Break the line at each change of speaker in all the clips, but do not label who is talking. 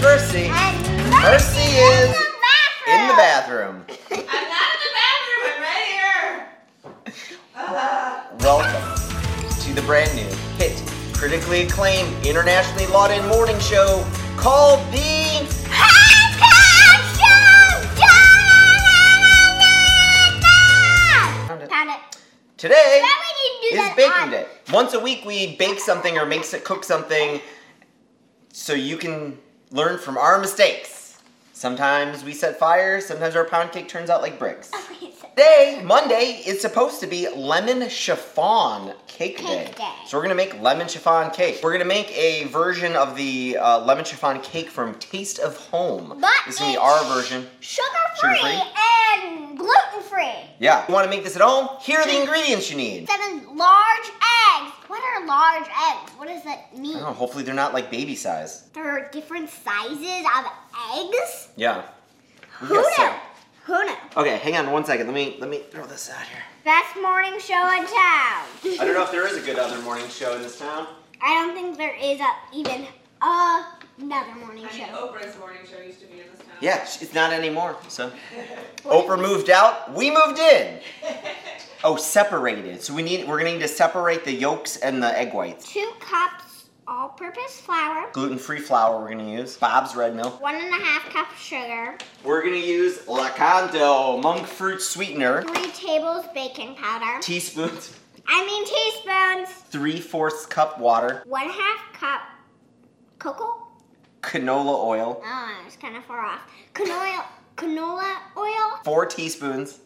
Mercy. Mercy is in the bathroom.
I'm not in the bathroom. I'm right here. Uh,
Welcome to the brand new hit, critically acclaimed, internationally lauded morning show called The Found it.
Found it.
Today
Why would you do
is
that
baking
on-
day. Once a week, we bake something or makes it cook something, so you can learn from our mistakes. Sometimes we set fires. Sometimes our pound cake turns out like bricks. Today, Monday, is supposed to be lemon chiffon cake, day.
Cake day.
So we're gonna make lemon chiffon cake. We're gonna make a version of the uh, lemon chiffon cake from Taste of Home.
But
this is gonna be
it's-
our version.
Sugar
Sugar-free?
free and gluten free.
Yeah. You wanna make this at home? Here are the ingredients you need.
Seven large eggs. What are large eggs? What does that mean?
I don't know, Oh, hopefully they're not like baby size.
There are different sizes of eggs.
Yeah. We
Who
got some.
knew? Who knew?
Okay, hang on one second. Let me let me throw this out here.
Best morning show in town.
I don't know if there is a good other morning show in this town.
I don't think there is a, even another morning
I mean,
show.
Oprah's morning show used to be in this town.
Yeah, sh- it's not anymore. So Oprah moved out, we moved in. Oh, separated. So we need we're gonna need to separate the yolks and the egg whites.
Two cups all-purpose flour.
Gluten-free flour we're gonna use. Bob's Red Mill.
One and a half cup sugar.
We're gonna use Lacanto monk fruit sweetener.
Three tables baking powder.
Teaspoons,
I mean teaspoons.
three-fourths cup water,
One half cup cocoa.
canola oil,
Oh, it's kind of far off. Canola, canola oil,
four teaspoons,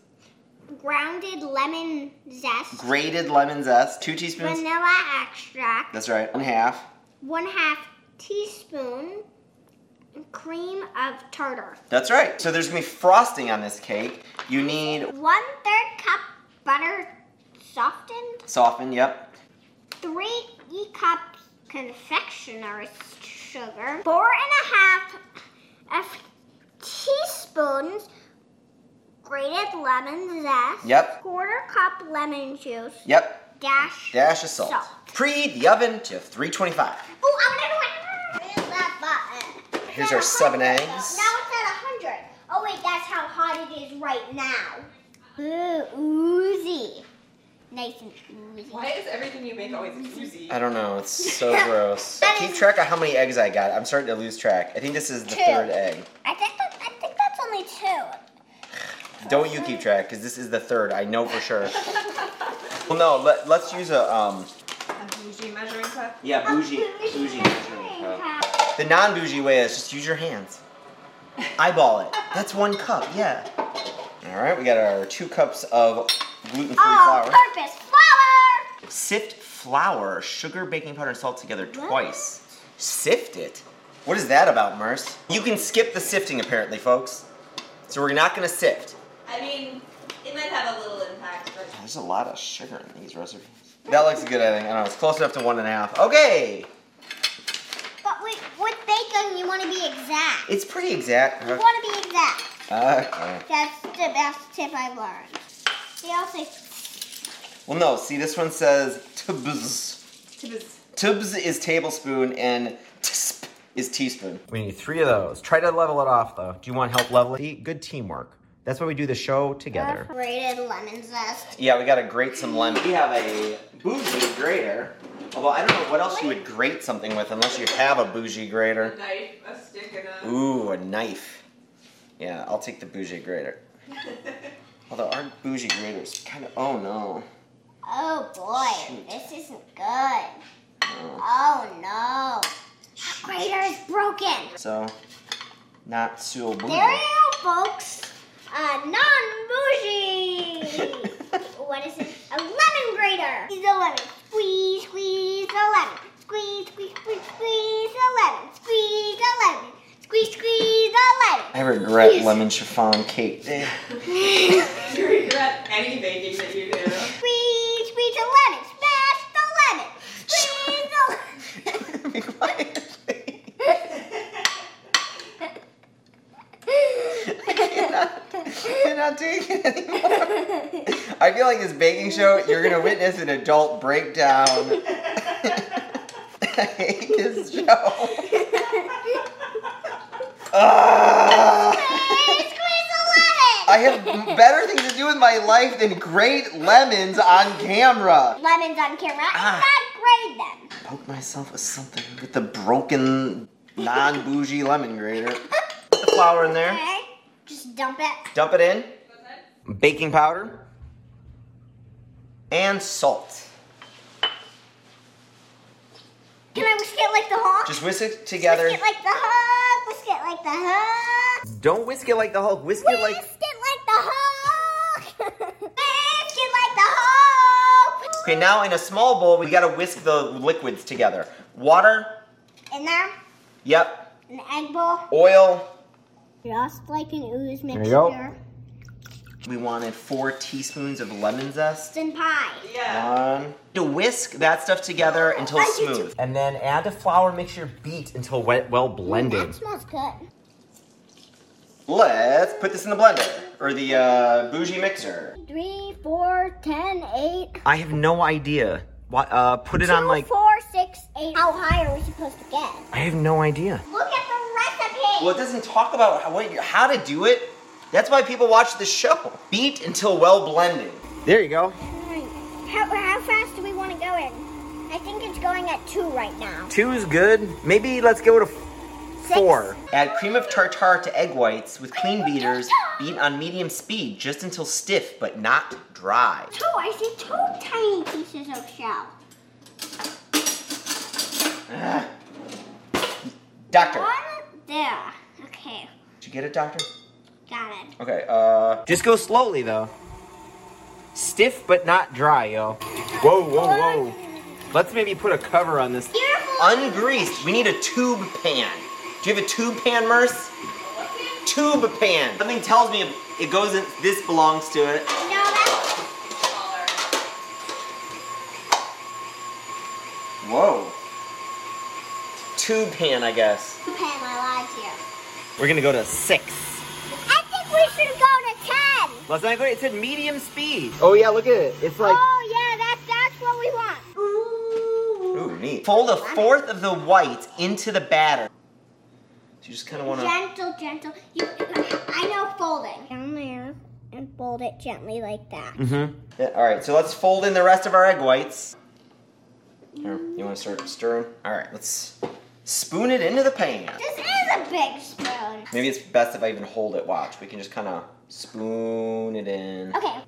grounded lemon zest,
grated lemon zest, two teaspoons.
vanilla extract,
That's right, one half.
one half teaspoon cream of tartar,
That's right. So there's gonna be frosting on this cake. You need
one third cup butter softened,
softened, yep.
three cups confectioner's sugar, four and a half of teaspoons grated lemon zest,
Yep.
quarter cup lemon juice,
Yep.
dash,
Dash of salt.
Salt.
Preheat the oven to 325.
Oh, I want to know Where's that button?
Here's
It's
our
at
seven
100 though.
eggs.
Now it's at 100. Oh, wait, that's how hot it is right now. Ooh, oozy. Nice and oozy.
Why is everything you make always oozy?
I don't know, it's so gross. Keep track of how many eggs I got. I'm starting to lose track. I think this is the
Two.
third egg.
I think, that, I think that's only two.
Don't you keep track, because this is the third. I know for sure. well, no, let, let's use a, um,
A bougie measuring cup.
yeah, bougie, bougie. The non bougie way is just use your hands. Eyeball it. That's one cup, yeah. All right, we got our two cups of gluten free
Oh,
flour.
All-purpose flour.
Sift flour, sugar, baking powder, and salt together twice. Sift it? What is that about, Merce? You can skip the sifting, apparently, folks. So we're not gonna sift.
I mean, it might have a little impact, but
There's a lot of sugar in these recipes. That looks good, I think. I don't know, it's close enough to one and a half. Okay,
But wait, with bacon, you want to be exact.
it's pretty exact.
You want to be exact.
Okay.
That's the best tip I've learned. They also
Well, no, see, this one says tbs. Tubs is tablespoon and tsp is teaspoon. We need three of those. Try to level it off though. Do you want help leveling? See, good teamwork. That's why we do the show together.
grated lemon zest.
Yeah, we gotta grate some lemon. We have a bougie grater. Although I don't know what else you would grate something with unless you have a bougie
a
grater.
knife, a stick, and a.
Ooh, a knife. Yeah, I'll take the bougie grater. Although our bougie grater is kind of oh no.
Oh boy,
Shoot.
this isn't good.
no.
Oh no. Our grater is broken.
So not so
There
bougie.
you go, folks. A non-bougie. what is it? A lemon grater. Squeeze the lemon. Squeeze, squeeze the lemon. Squeeze, squeeze, squeeze, squeeze the lemon. Squeeze the lemon. Squeeze, squeeze the lemon.
I regret
Yes.
lemon chiffon cake day.
Do you regret any baking that you do?
Squeeze, squeeze the lemon. Smash the lemon. Squeeze the lemon.
Be quiet, please. I'm not taking it anymore. I feel like this baking show, you're gonna witness an adult breakdown. I hate this show. Ugh.
Squeeze, squeeze the lemon.
I have better things to do with my life than grate lemons on camera.
lemons on camera
Ah.
and not grade them.
Poke myself with something with the broken, non bougie lemon grater. Put the flour in there.
Okay? Just dump it.
Dump it in.
What's that?
Baking powder. And salt.
Can I whisk it like the hawk?
Just whisk it
whisk
together.
it like the hawk. Whisk it like the hawk.
Don't whisk it like the Hulk. Whisk it like.
Whisk it like the hawk. whisk it like the hawk.
Okay, now in a small bowl, we gotta whisk the liquids together. Water.
In there,
Yep.
an egg bowl.
Oil.
Just like an ooze mixture.
you go. We wanted four teaspoons of lemon zest.
It's in pie.
Yeah.
One. To whisk that stuff together until
I did
smooth. And then add the flour mixture, beat until wet, well
That smells good.
Let's put this in the blender or the uh, bougie mixer.
Three, four, ten, eight.
I have no idea. What, uh, put it on
two,
like.
four, six, eight. How high are we supposed to get?
I have no idea.
Look at the recipe.
Well, it doesn't talk about how, what, how to do it. That's why people watch the show. Beat until well blended. There you go.
Alright. How, how fast do we want to go in? I think it's going at two right now.
Two's good. Maybe let's go to
Six.
Add cream of tartar to egg whites with clean beaters. Beat on medium speed just until stiff but not dry.
Two. I see two tiny pieces of shell.
Doctor.
One there. Okay.
Did you get it, doctor?
Got it.
Okay, uh. Just go slowly though. Stiff but not dry, yo. Whoa, whoa, whoa. Let's maybe put a cover on this.
Beautiful.
Ungreased. We need a tube pan. Do you have a tube pan, Merce? Tube pan. Something tells me it goes in. This belongs to it.
no, that's
Smaller.
Whoa. Tube pan, I guess.
two pan. I lied to you.
We're gonna go to six.
I think we should go to ten.
Last night it said medium speed. Oh yeah, look at it. It's like.
oh yeah, that's that's what we want. Ooh.
Ooh, neat. Fold a fourth of the white into the batter. So you just kind of want to.
Gentle, gentle. You, I know folding. Down there and fold it gently like that.
Mm-hmm. Yeah, all right, so let's fold in the rest of our egg whites. Here, you want to start stirring? All right, let's spoon it into the pan.
This is a big spoon.
Maybe it's best if I even hold it. Watch, we can just kind of spoon it in.
Okay.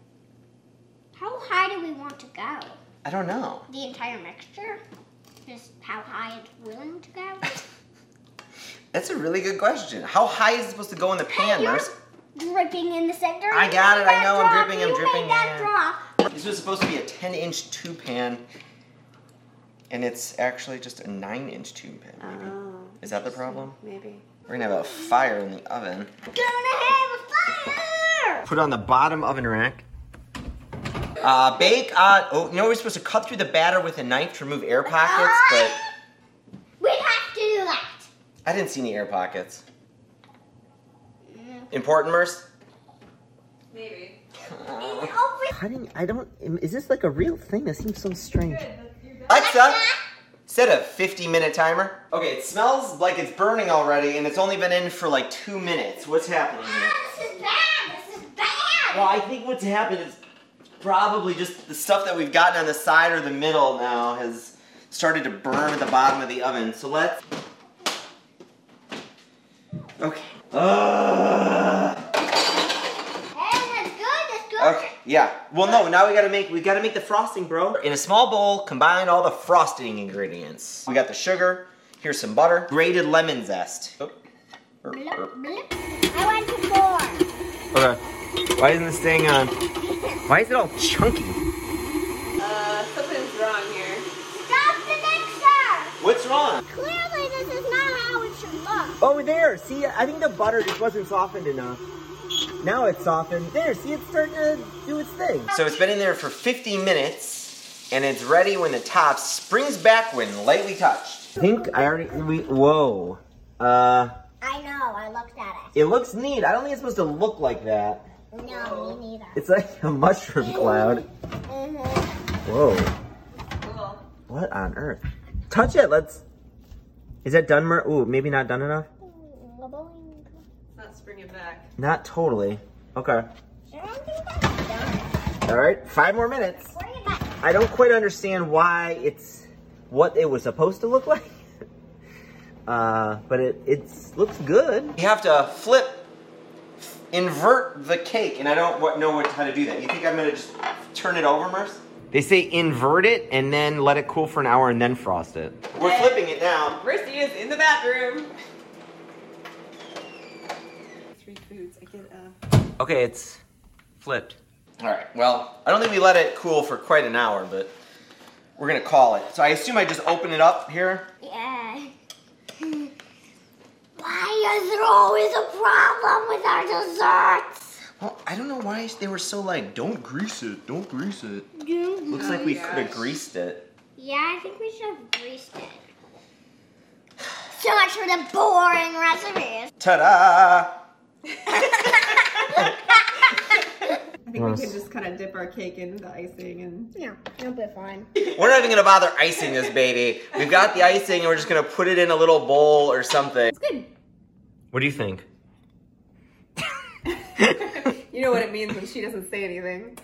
How high do we want to go?
I don't know.
The entire mixture? Just how high it's willing to go?
That's a really good question. How high is it supposed to go in the pan,
You're
Nurse?
dripping in the center.
I
You
got
made
it, I
that
know, I'm
drop,
dripping, I'm
you
dripping,
Made that
yeah.
drop.
This was supposed to be a 10-inch tube pan, and it's actually just a 9-inch tube pan. Maybe.
Oh.
is that the problem?
Maybe.
We're gonna have a fire in the oven.
Gonna have a fire!
Put it on the bottom oven rack. Uh, bake on. Oh, you know we're supposed to cut through the batter with a knife to remove air pockets,
Ah!
but
We have to do that.
I didn't see any air pockets.
Mm.
Important, Merce?
Maybe.
It's over.
Cutting. I don't. Is this like a real thing? That seems so strange.
Good. that's- you're done.
Alexa, set a 50-minute timer. Okay, it smells like it's burning already, and it's only been in for like two minutes. What's happening? Here?
Ah, this is bad. This is bad.
Well, I think what's happened is probably just the stuff that we've gotten on the side or the middle now has started to burn at the bottom of the oven. So let's. Okay. Ugh.
Hey, that's good. That's good.
Okay. Yeah. Well, no. Now we gotta make we gotta make the frosting, bro. In a small bowl, combine all the frosting ingredients. We got the sugar. Here's some butter. Grated lemon zest.
Blip, blip. I went to four.
Okay. Why isn't this staying on? Why is it all chunky?
Uh, something's wrong here.
Stop the mixer.
What's wrong?
Clearly, this is not how it should look.
Oh, there. See, I think the butter just wasn't softened enough. Now it's softened. There. See, it's starting to do its thing.
So it's been in there for 50 minutes, and it's ready when the top springs back when lightly touched.
I think I already. We, whoa. Uh,
I know. I looked at
it looks neat. I don't think it's supposed to look like that.
it. No, me neither.
It's like a mushroom cloud.
Mhm.
Whoa.
Cool.
What on earth? Touch it. Let's. Is that done? Mer- Ooh, maybe not done enough.
Boing.
Not totally.
I
Okay.
don't think that's done.
All right. Five more minutes.
Worry about it.
I don't quite understand why it's what it was supposed to look like. Uh, but it it's, looks good. You have to flip, invert the cake, and I don't what, know what, how to do that. You think I'm gonna just turn it over, Merce? They say invert it and then let it cool for an hour and then frost it. We're
Yeah.
flipping it now.
Mercy is in the bathroom. Three foods. I get uh, a.
Okay, it's flipped. All right. Well, I don't think we let it cool for quite an hour, but we're gonna call it. So I assume I just open it up here.
Yeah. Why is there always a problem with our desserts?
Well, I don't know why they were so like, don't grease it, don't grease it. Looks
Oh,
like we
yeah.
could have greased it.
Yeah, I think we should have greased it. So much for the boring recipes.
Ta-da!
I think we can just kind of dip our cake in the icing and.
No, it'll be fine.
We're not even gonna bother icing this baby. We've got the icing and we're just gonna put it in a little bowl or something.
Good.
What do you think?
You know what it means when she doesn't say anything.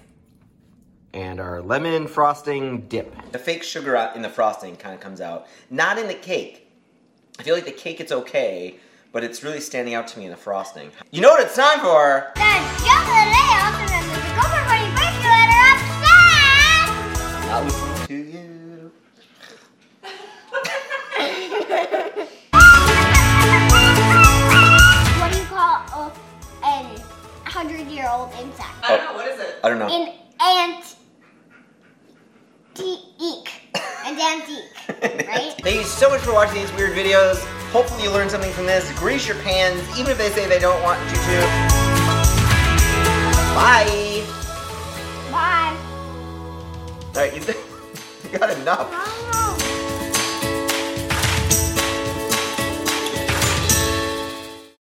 and our lemon frosting dip. The fake sugar out in the frosting kind of comes out, not in the cake. I feel like the cake it's okay, but it's really standing out to me in the frosting. You know what it's time for?
The chocolate layout and then the cover for your biscuit are upset.
I'll
Oh.
listen to you.
What do you call a, an 100 year old insect?
I don't know. What is it?
I don't know.
An ant. Eek. An antique. Right?
Thank you so much for watching these weird videos. Hopefully you learned something from this. Grease your pans, even if they say they don't want you to. Bye.
Bye.
All right, you, you got enough.
Bye.